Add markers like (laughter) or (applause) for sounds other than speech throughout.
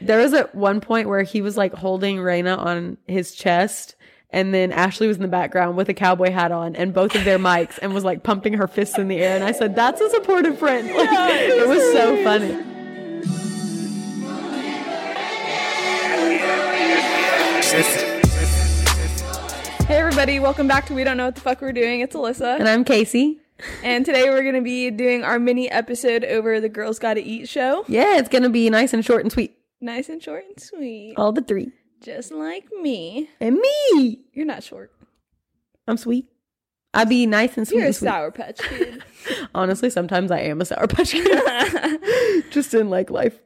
There was at one point where he was like holding Raina on his chest, and then Ashley was in the background with a cowboy hat on and both of their mics, and was like pumping her fists in the air. And I said, "That's a supportive friend." (laughs) Like, it was so funny. Hey everybody, welcome back to We Don't Know What the Fuck We're Doing. It's Alyssa. And I'm Casey. And today we're gonna be doing our mini episode over the Girls Gotta Eat show. Yeah, it's gonna be nice and short and sweet. Nice and short and sweet. All the three Just like me. and me. You're not short. I'm sweet. I be nice and sweet. You're a and sweet. sour patch kid. Honestly, sometimes I am a sour (laughs) patch kid. Just in like life.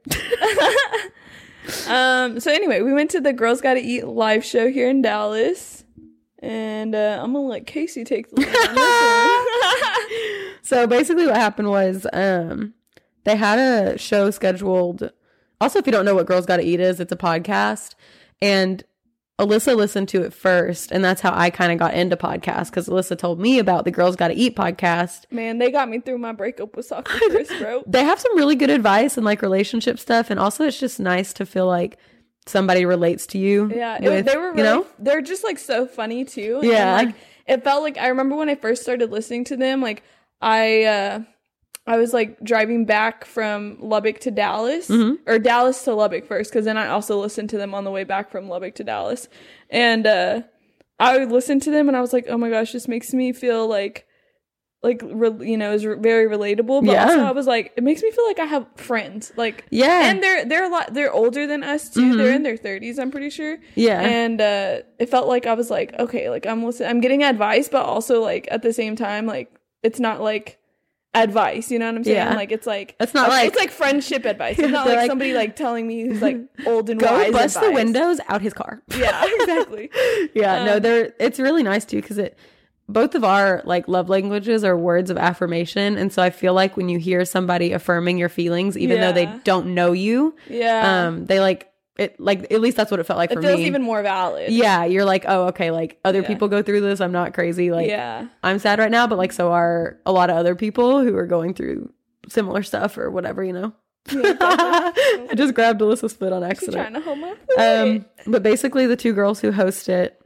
um so anyway, we went to the Girls Gotta Eat live show here in Dallas. And uh, I'm gonna let Casey take the lead on this one. So basically, what happened was um, they had a show scheduled. Also, if you don't know what Girls Gotta Eat is, it's a podcast. And Alyssa listened to it first. And that's how I kind of got into podcasts because Alyssa told me about the Girls Gotta Eat podcast. Man, they got me through my breakup with Soccer Chris, bro. They have some really good advice and like relationship stuff. And also, it's just nice to feel like somebody relates to you. Yeah, it, with- they were really, you know? they're just like so funny too. Yeah. And, like it felt like I remember when I first started listening to them, like I uh I was like driving back from Lubbock to Dallas Mm-hmm. or Dallas to Lubbock first cuz then I also listened to them on the way back from Lubbock to Dallas. And uh I would listen to them and I was like, "Oh my gosh, this makes me feel like like re- you know, is re- very relatable, but Yeah. also I was like, it makes me feel like I have friends. Like Yeah. Mm-hmm. and they're they're a lot they're older than us too. They're in their 30s, I'm pretty sure yeah. and uh it felt like i was like okay like i'm listening i'm getting advice but also like at the same time like it's not like advice you know what i'm saying Yeah. like it's like It's not like- it's like (laughs) friendship advice it's not They're like, like- somebody like telling me (laughs) who's like old and Go wise bust the advice. windows out his car. (laughs) yeah exactly yeah no Um, they're it's really nice too because it both of our like love languages are words of affirmation and so i feel like when you hear somebody affirming your feelings even though they Yeah. don't know you yeah um they like it like at least that's what it felt like it for feels me even more valid yeah you're like oh okay like other Yeah. people go through this i'm not crazy like (laughs) yeah i'm sad right now but like so are a lot of other people who are going through similar stuff or whatever you (laughs) know (laughs) i just grabbed alyssa's foot on she's accident trying to hold my um, but basically, the two girls who host it,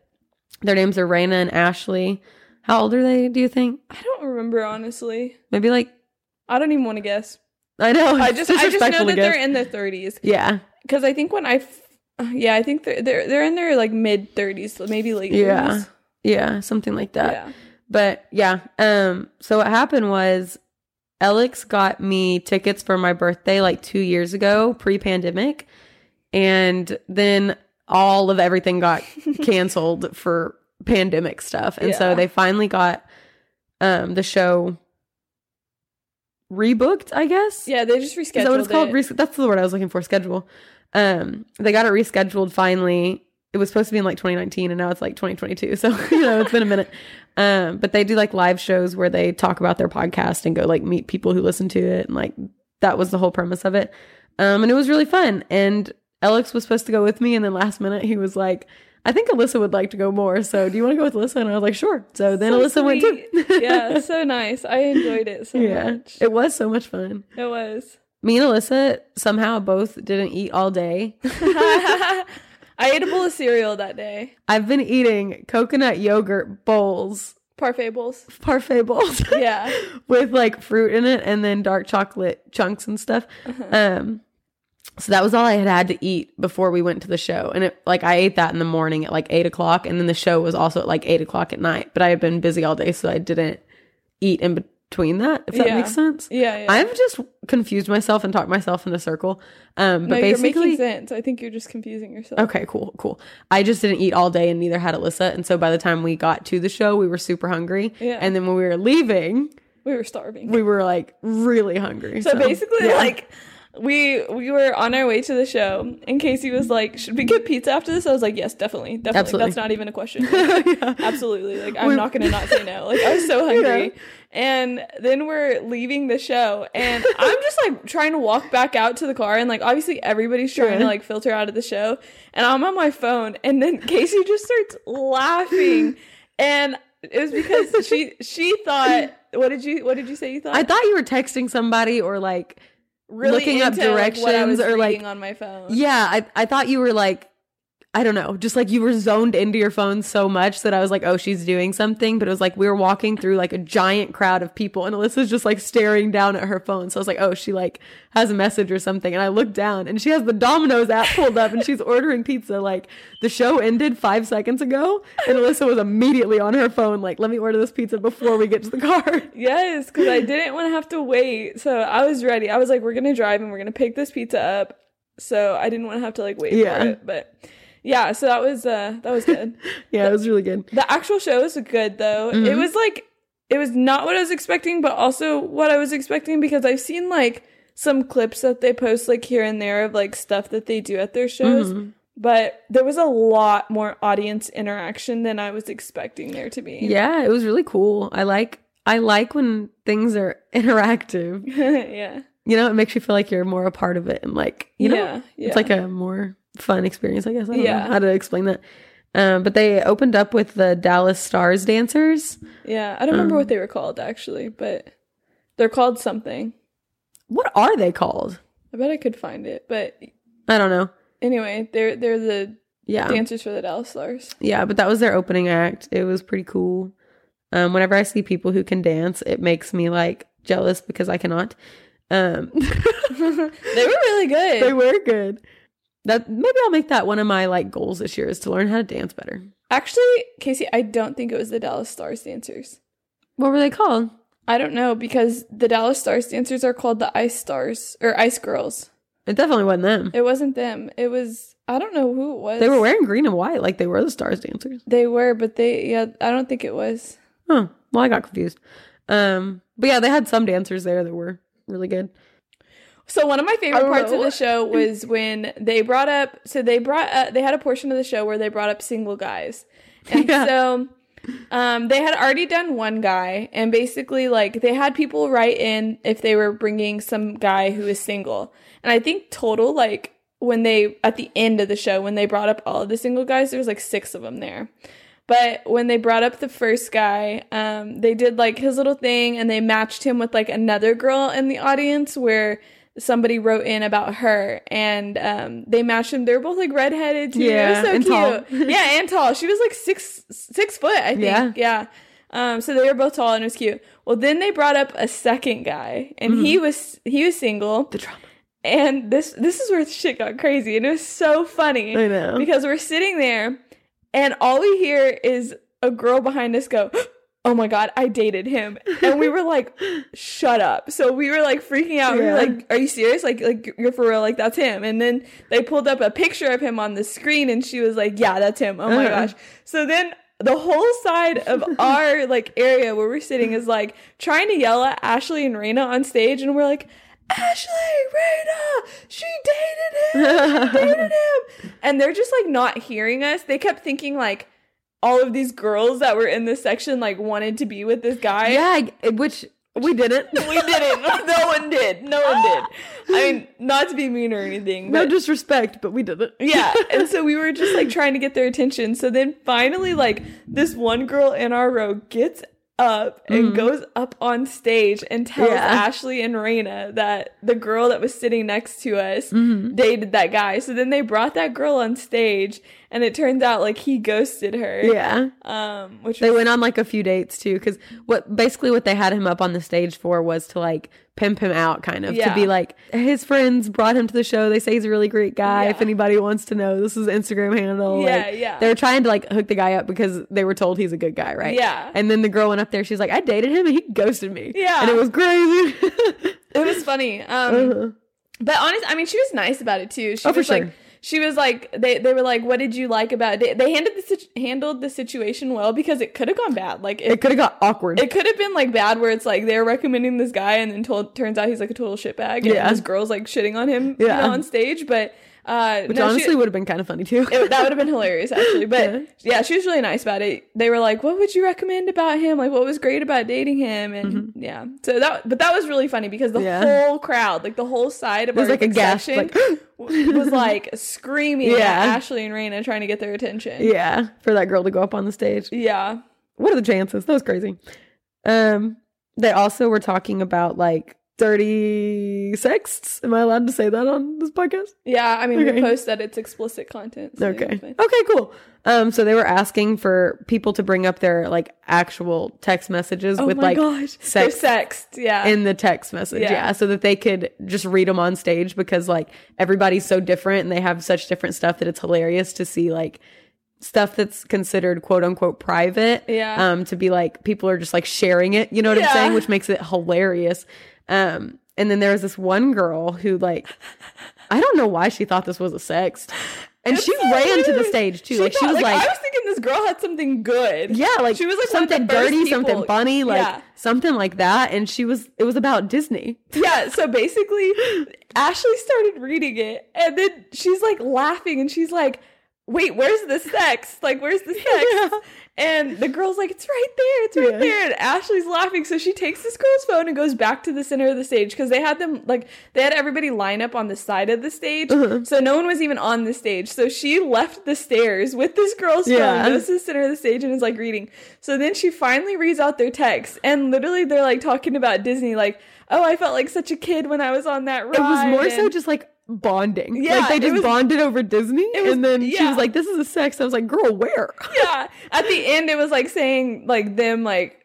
their names are Raina and Ashley. How old are they? Do you think? i don't remember honestly Maybe like i don't even want to guess I know. i it's just i just know disrespectful to that they're guess. in their 30s yeah, because I think when I, f- yeah, I think they're they're, they're in their like mid thirties, maybe late. Yeah. 30s. yeah, something like that. yeah. But yeah, um, so what happened was, Alex got me tickets for my birthday like two years ago, pre-pandemic, and then all of everything got (laughs) canceled for pandemic stuff, and Yeah. so they finally got um the show rebooked, I guess. (laughs) Yeah, they just rescheduled Is that what it's called? it. Res- that's the word I was looking for. Schedule. Um, they got it rescheduled finally. It was supposed to be in like 2019, and now it's like 2022. (laughs) So you know, it's been a minute. Um, but they do like live shows where they talk about their podcast and go like meet people who listen to it, and like that was the whole premise of it. Um, and it was really fun. And Alex was supposed to go with me, and then last minute he was like, "I think Alyssa would like to go more. So do you want to go with Alyssa?" And I was like, "Sure." So then Alyssa So went too. (laughs) sweet. yeah, so nice. I enjoyed it so yeah, much. It, it was so much fun. was. Me and Alyssa somehow both didn't eat all day. (laughs) I ate a bowl of cereal that day. I've been eating coconut yogurt bowls, Parfait bowls. parfait bowls, (laughs) Yeah. with like fruit in it and then dark chocolate chunks and stuff. Uh-huh. Um, so that was all I had had to eat before we went to the show, and it like I ate that in the morning at like eight o'clock, and then the show was also at like eight o'clock at night. But I had been busy all day, so I didn't eat in between that. If that Yeah. makes sense. Yeah, yeah. I've just confused myself and talked myself in a circle. Um, but no, basically, you're making sense. I think you're just confusing yourself. Okay, cool, cool. I just didn't eat all day and neither had Alyssa. And so by the time we got to the show, we were super hungry. Yeah. And then when we were leaving, We were starving. we were like really hungry. So basically, yeah. like we we were on our way to the show, and Casey was like, "Should we get pizza after this?" I was like, "Yes, definitely, definitely. Absolutely. That's not even (laughs) a question. (laughs) Yeah. Absolutely. Like I'm We- not gonna not say no. Like I (laughs) was so hungry." And then we're leaving the show, and I'm just like trying to walk back out to the car, and like obviously everybody's trying to Yeah. like filter out of the show, and I'm on my phone, and then (laughs) Casey just starts laughing, and it was (laughs) because she she thought. What did you What did you say you thought? I thought you were texting somebody or like really Looking up into, like, what I directions was or, like- reading on my phone. Yeah, I, I thought you were like, I don't know, just like you were zoned into your phone so much that I was like, oh, she's doing something. But it was like we were walking through like a giant crowd of people, and Alyssa's just like staring down at her phone. So I was like, oh, she like has a message or something. And I looked down, and she has the Domino's app pulled up, and she's ordering pizza. Like the show ended five seconds ago, and Alyssa was immediately on her phone, like, let me order this pizza before we get to the car. (laughs) Yes, because I didn't want to have to wait. So I was ready. I was like, we're gonna drive and we're gonna pick this pizza up. So I didn't want to have to like wait Yeah. for it. But yeah, so that was uh that (laughs) was good. yeah, it was really good. the actual show was good though. Mm-hmm. It was like it was not what I was expecting, but also what I was expecting because I've seen like some clips that they post like here and there of like stuff that they do at their shows. Mm-hmm. But there was a lot more audience interaction than I was expecting there to be. Yeah, it was really cool. I like I like when things are (laughs) interactive. (laughs) yeah. you know, it makes you feel like you're more a part of it and like, you know, yeah, yeah. it's like a more fun experience, I guess. I don't Yeah. know how to explain that. Um, but they opened up with the Dallas Stars dancers. Yeah, I don't remember Um, what they were called actually, but they're called something. What are they called? I bet I could find it. But I don't know. anyway, they're they're the Yeah. dancers for the Dallas Stars. Yeah, but that was their opening act. It was pretty cool. Um, whenever I see people who can dance, it makes me like jealous because I cannot. Um, (laughs) (laughs) they were really good. they were good. That maybe I'll make that one of my like goals this year is to learn how to dance better. Actually, Casey, I don't think it was the Dallas Stars dancers. What were they called? I don't know because the Dallas Stars dancers are called the Ice Stars or Ice Girls. It definitely wasn't them. It wasn't them. It was I don't know who it was. They were wearing green and white, like they were the stars dancers. They were, but they yeah, I don't think it was. Huh. Well, I got confused. Um, but yeah, they had some dancers there that were really good. So one of my favorite Oh. parts of the (laughs) show was when they brought up. So they brought uh, they had a portion of the show where they brought up single guys, and Yeah. so um, they had already done one guy, and basically like they had people write in if they were bringing some guy who is single, and I think total like when they at the end of the show when they brought up all of the single guys, there was like six of them there. But when they brought up the first guy, um, they did like his little thing and they matched him with like another girl in the audience where somebody wrote in about her and um, they matched him. They were both like redheaded too. Yeah, Yeah, so and cute. tall. (laughs) yeah, and tall. She was like six six foot, I think. Yeah. Yeah. Um, so they were both tall and it was cute. Well, then they brought up a second guy and Mm-hmm. he was he was single The drama. and this this is where shit got crazy and it was so funny I know. because we're sitting there and all we hear is a girl behind us go (gasps) oh my god i dated him and we (laughs) were like shut up so we were like freaking out we Yeah. were like are you serious like like you're for real like that's him and then they pulled up a picture of him on the screen and she was like yeah that's him oh my Uh-uh. gosh so then the whole side (laughs) of our like area where we're sitting is like trying to yell at ashley and Raina on stage and we're like ashley Raina, she dated (laughs) him dated him. And they're just like not hearing us. They kept thinking like all of these girls that were in this section like wanted to be with this guy. yeah, I- which we didn't. We didn't. no one did. No one did. I mean, not to be mean or (laughs) anything, no but disrespect, but we (laughs) didn't. yeah. And so we were just like trying to get their attention. So then finally, like this one girl in our row gets up and goes up on stage and tells Mm-hmm. Yeah. Ashley and Raina that the girl that was sitting next to us Mm-hmm. dated that guy. So then they brought that girl on stage and it turns out like he ghosted her. Yeah. Um which They was, went on like a few dates too, because what basically what they had him up on the stage for was to like pimp him out, kind of to Yeah. be like his friends brought him to the show. They say he's a really great guy. If Yeah. anybody wants to know, this is Instagram handle. Yeah, like, yeah. They were trying to like hook the guy up because they were told he's a good guy, right? Yeah. And then the girl went up there. She's like, I dated him and he ghosted me. Yeah. And it was crazy. (laughs) it was funny. Um Uh-huh. But honest, I mean, she was nice about it too. She Oh, for was sure. like, she was like, they they were like, what did you like about it? They, they handled the situ- handled the situation well because it could have gone bad. Like it it could have got awkward. it could have been like bad where it's like they're recommending this guy and then told turns out he's like a total shitbag. and Yeah. this girl's like shitting on him you Yeah. know, on stage. But uh, which no, she- honestly would have been kind of funny (laughs) too. (laughs) it, that would have been hilarious actually but Yeah. yeah. she was really nice about it they were like what would you recommend about him like what was great about dating him and yeah so that but that was really funny because the Mm-hmm. Yeah. whole crowd like the whole side of It was our like a gasp, section like, (gasps) (laughs) was like screaming at Yeah. ashley and raina trying to get their attention yeah, for that girl to go up on the stage. yeah What are the chances? That was crazy. Um, they also were talking about like dirty sexts. Am I allowed to say that on this podcast? Yeah, I mean, Okay. we post that it's explicit content. so Okay. it's fine. Okay, cool. Um, so they were asking for people to bring up their like actual text messages Oh with my like gosh. They're sex sexed, yeah. in the text message. Yeah. Yeah. So that they could just read them on stage because like everybody's so different and they have such different stuff that it's hilarious to see like stuff that's considered quote unquote private. Yeah. Um, to be like, people are just like sharing it, you know what I'm Yeah. saying? Which makes it hilarious. Um, and then there was this one girl who like, I don't know why she thought this was a sext. And she so ran to the rude. stage too. She like she thought- was like, I was thinking this girl had something good. yeah, like She was, like, one of the something first dirty, people- something funny, like Yeah. something like that. And she was, it was about Disney. (laughs) Yeah, so basically, Ashley started reading it, and then she's like laughing, and she's like, "Wait, where's the sex? Like, where's the (laughs) sex?" And the girl's like, "It's right there, it's right Yeah. there." And Ashley's laughing, so she takes this girl's phone and goes back to the center of the stage because they had them like they had everybody line up on the side of the stage, Uh-huh. so no one was even on the stage. So she left the stairs with this girl's Yeah. phone, goes to the center of the stage, and is like reading. So then she finally reads out their text, and literally they're like talking about Disney, like, "Oh, I felt like such a kid when I was on that ride." It was more so and- just like bonding. Yeah, like they it just was- bonded over Disney, it was- and then she yeah. was like, "This is a sex." I was like, "Girl, (laughs) where?" yeah. At the end, it was like saying like them like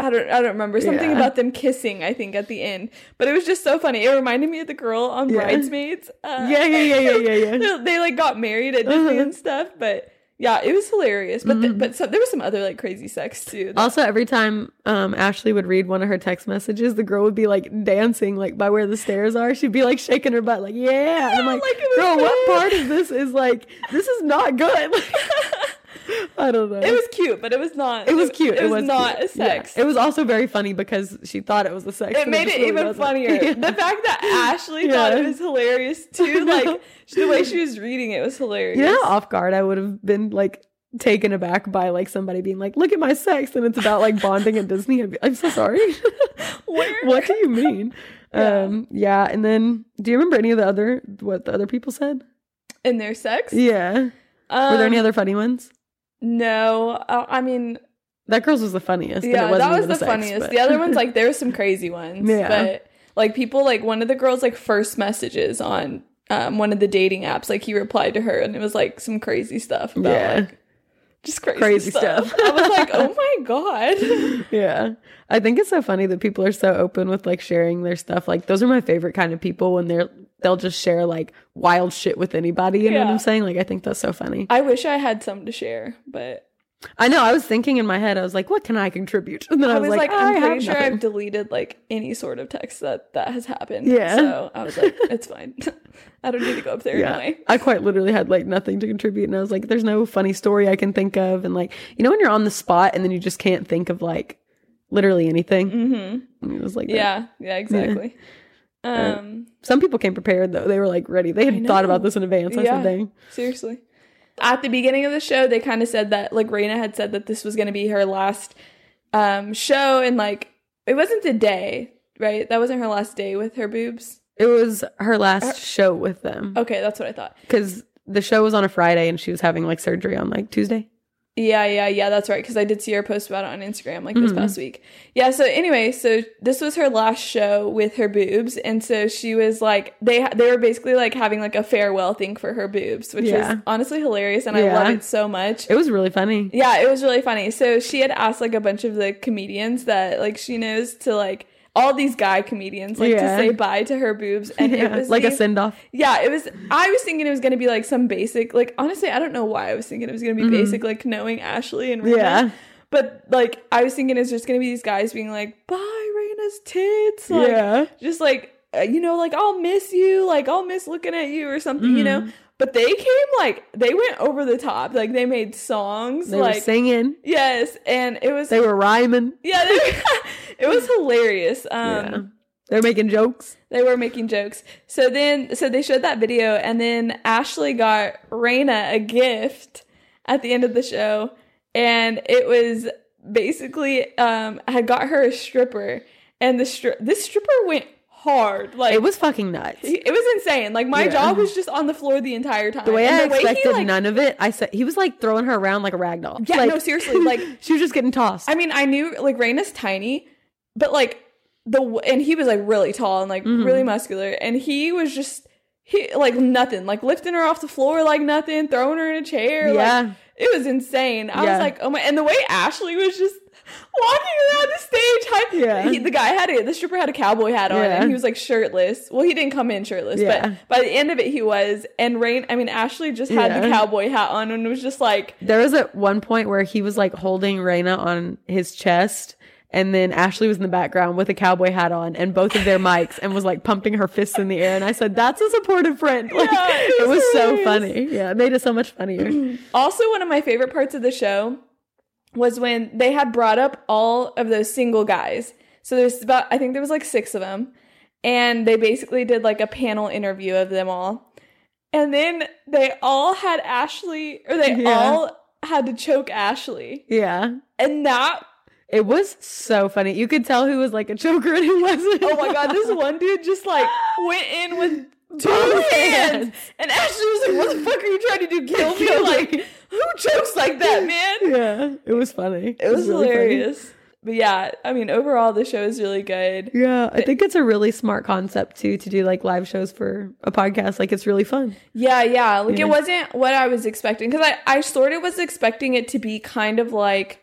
I don't I don't remember something Yeah. about them kissing. I think at the end, but it was just so funny. It reminded me of the girl on Yeah. Bridesmaids. Uh, Yeah, yeah, yeah, yeah, yeah, yeah. (laughs) Uh-huh. they, they, like got married at Disney and stuff, but yeah, it was hilarious. But Mm-hmm. th- but so, there was some other like crazy sex too. that- Also, every time um, Ashley would read one of her text messages, the girl would be like dancing, like by where the stairs are. She'd be like shaking her butt, like yeah. and I'm Yeah, like, like, it was girl, what good." part of this is like this is not (laughs) good? Like, I don't know. it was cute, but it was not. It was cute. It, was, not cute. a sex. Yeah. It was also very funny because she thought it was a sex. it and made just it really even wasn't. (laughs) funnier. Yeah. The fact that Ashley thought Yeah. it (laughs) was hilarious too, know. like the way she was reading it was hilarious. Yeah, off guard. I would have been like taken aback by like somebody being like, "Look at my sex," and it's about like bonding at Disney. I'd be, I'm so sorry. (laughs) Where- what do you mean? (laughs) Yeah. Um, yeah. And then, do you remember any of the other what the other people said? in their sex. Yeah. Um, Were there any other funny ones? No, uh, I mean, That girl's was the funniest. and it yeah, wasn't that was even the a sex, funniest. but- The (laughs) other ones, like, there were some crazy ones, Yeah. but like people, like one of the girls, like first messages on um, one of the dating apps, like he replied to her, and it was like some crazy stuff about Yeah. like just crazy, Crazy stuff. stuff. I (laughs) was like, oh my god, (laughs) yeah. I think it's so funny that people are so open with like sharing their stuff. Like those are my favorite kind of people when they're they'll just share like wild shit with anybody. You know what Yeah. I'm saying? Like I think that's so funny. I wish I had some to share, but I know. I was thinking in my head, I was like, what can I contribute? And then I was like, I I'm have pretty sure nothing. I've deleted like any sort of text that that has happened. Yeah. so I was like, it's fine. (laughs) I don't need to go up there yeah. anyway. I quite literally had like nothing to contribute. And I was like, there's no funny story I can think of. And like, you know, when you're on the spot and then you just can't think of like literally anything. Mm-hmm. And it was like, that. Yeah, yeah, exactly. Uh, Um, Some people came prepared though. They were like ready. They had I thought about know. this in advance. That's Yeah. the thing. seriously. At the beginning of the show, they kind of said that like Raina had said that this was going to be her last um show and like it wasn't the day, right? That wasn't her last day with her boobs. It was her last Uh, show with them Okay, that's what I thought. because the show was on a Friday and she was having like surgery on like Tuesday. Yeah, yeah, yeah, that's right. Because I did see her post about it on Instagram like this Mhm. past week. Yeah, so anyway, so this was her last show with her boobs. And so she was like, they ha- they were basically like having like a farewell thing for her boobs, which Yeah. is honestly hilarious. And I Yeah. love it so much. It was really funny. Yeah, it was really funny. So she had asked like a bunch of the comedians that like she knows to like all these guy comedians like Yeah. to say bye to her boobs, and it (laughs) Yeah, was like a the- send off. yeah, it was. I was thinking it was gonna be like some basic like honestly, I don't know why I was thinking it was gonna be basic like knowing Ashley and Raina. Mm-hmm. Yeah. But like I was thinking it's just gonna be these guys being like bye Raina's tits like yeah. just like uh, you know like I'll miss you like I'll miss looking at you or something you Mm-hmm. know. But they came like they went over the top like they made songs They like were singing. Yes, and it was They were rhyming. yeah, they, (laughs) it was hilarious. Um, yeah. They're making jokes. They were making jokes. So then, so they showed that video, and then Ashley got Raina a gift at the end of the show, and it was basically um I got her a stripper, and the stri- this stripper went hard like It was fucking nuts. he- it was insane. Like my Yeah. jaw was just on the floor the entire time. the way And I the he, expected like- none of it, I said he was like throwing her around like a rag doll. Yeah, Like, (laughs) no, seriously, like she was just getting tossed. I mean, I knew like Raina's tiny, but like the w- and he was like really tall and like Mhm. really muscular, and he was just he like nothing, like lifting her off the floor like nothing, throwing her in a chair. like, yeah. it was insane. I Yeah. was like, oh my! And the way Ashley was just walking around the stage, hy- Yeah. he, the guy had a the stripper had a cowboy hat on, Yeah. and he was like shirtless. Well, he didn't come in shirtless, Yeah. but by the end of it, he was. And Rain, I mean Ashley, just had the Yeah. cowboy hat on and was just like, There was at one point where he was like holding Raina on his chest, and then Ashley was in the background with a cowboy hat on and both of their mics, and was like pumping her fists in the air. And I said, "That's a supportive friend." (laughs) Like, Yeah, it it was was so hilarious. funny. Yeah, it made it so much (clears throat) funnier. Also, one of my favorite parts of the show was when they had brought up all of those single guys. So there's about, I think there was like six of them. And they basically did like a panel interview of them all. And then they all had Ashley, or they Yeah. all had to choke Ashley. yeah, And that, it was so funny. You could tell who was like a choker and who wasn't. oh my God, this one dude just like (laughs) went in with two Both hands. hands. And Ashley was like, what the fuck are you trying to do? Kill me? Kill me. Like, who chokes like that, man? Yeah, it was funny. It was really funny. hilarious. But yeah, I mean, overall, the show is really good. Yeah, I think it's a really smart concept too to do like live shows for a podcast. Like it's really fun. Yeah, yeah. Like, Yeah. it wasn't what I was expecting because I, I sort of was expecting it to be kind of like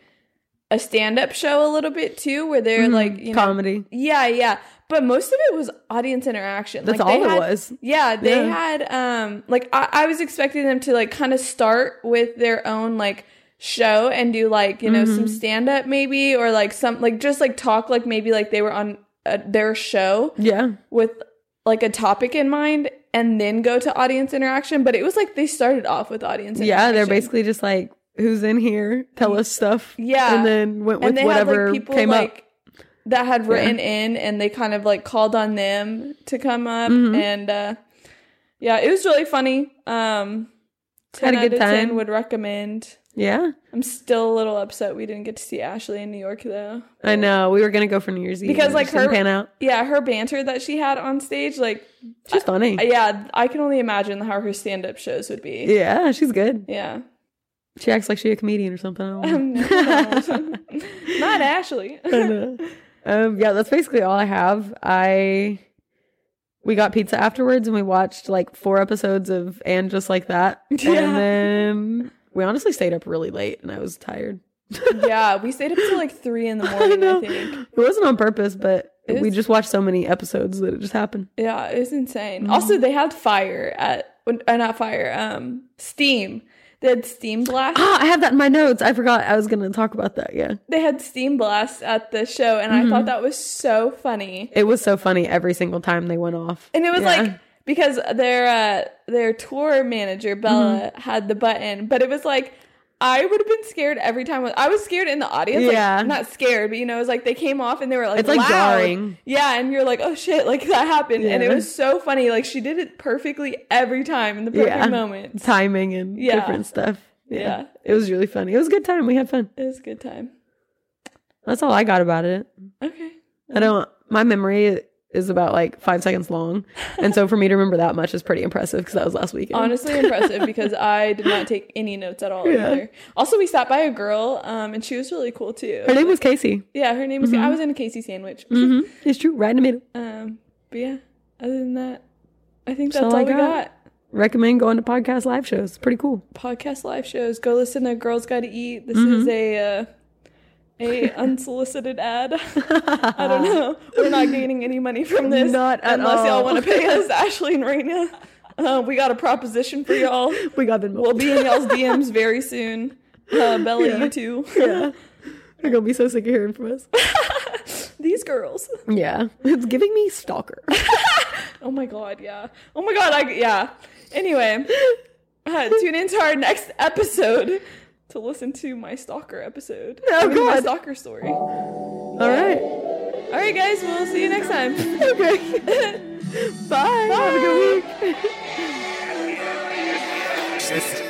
a stand up show a little bit too, where they're Mhm. like, you know. comedy. Yeah, yeah. But most of it was audience interaction. That's Like, they all it had- was. Yeah, they Yeah. had um like I, I was expecting them to like kind of start with their own like show and do like you know Mm-hmm. some stand up maybe or like some like just like talk like maybe like they were on uh their show Yeah. with like a topic in mind and then go to audience interaction but it was like they started off with audience interaction Yeah, they're basically just like, who's in here? Tell us stuff. Yeah. And then went with and they whatever had like people came like up. that had written in and they kind of like called on them to come up Mhm. and uh yeah it was really funny um Had 10 a out good of 10 time. would recommend Yeah. i'm still a little upset we didn't get to see ashley in new york though I know. We were going to go for New Year's Eve. Because, and it like, just didn't her- pan out. yeah her banter that she had on stage like She's funny. yeah i can only imagine how her stand-up shows would be yeah, she's good. yeah She acts like she's a comedian or something. I Um, don't know. (laughs) not ashley (laughs) I know. um, yeah, that's basically all I have. I we got pizza afterwards and we watched like four episodes of and just like (laughs) that. Yeah. And then we honestly stayed up really late and I was tired. (laughs) yeah we stayed up till like three in the I morning know. I think It wasn't on purpose, but It we was- just watched so many episodes that it just happened. Yeah, it was insane. Mm. Also, they had fire at uh, not fire, um, steam. They had steam blast. Ah, I have that in my notes. I forgot I was going to talk about that. Yeah. They had steam blast at the show, and I thought Mm-hmm. that was so funny. It was so funny every single time they went off. And it was Yeah. like because their uh, their tour manager Bella Mm-hmm. had the button, but it was like. I would have been scared every time. I was scared in the audience. Yeah. Like, not scared, but you know, it was like they came off and they were like, It's, like, loud. jarring. Yeah. And you're like, oh shit, like (laughs) that happened. And it Yeah. was so funny. Like she did it perfectly every time in the perfect Yeah. moment. timing and Yeah. different stuff. yeah. Yeah. It was really funny. It was a good time. We had fun. It was a good time. That's all I got about it. Okay. I don't. My memory is about like five seconds long, and so for me to remember that much is pretty impressive because that was last weekend. Honestly (laughs) impressive because I did not take any notes at all Yeah. either. Also, we stopped by a girl, um, and she was really cool too. her name was Casey. yeah, her name was I was in a Casey sandwich. Mm-hmm. It's true. Right in the middle. Um, but yeah, other than that, I think That's that's, all I all we got. got. Recommend going to podcast live shows. It's pretty cool. Podcast live shows. Go listen to Girls Got to Eat. This Mm-hmm. is a uh, (laughs) a unsolicited ad. (laughs) I don't know. We're not gaining any money from this. Not at unless all. y'all want to (laughs) pay us, Ashley and Raina. Uh, we got a proposition for y'all. We got Venmo. We'll be in y'all's DMs very soon. Uh, Bella, you too. (laughs) (laughs) yeah. They're gonna be so sick of hearing from us. These girls. Yeah, it's giving me stalker. Oh my god, yeah. Oh my god, I yeah. Anyway, (laughs) uh, tune into our next episode to listen to my stalker episode. Oh I mean, my God. stalker story. All All right. (laughs) right, guys. We'll see you next time. Okay. Bye. Have a good week. It's-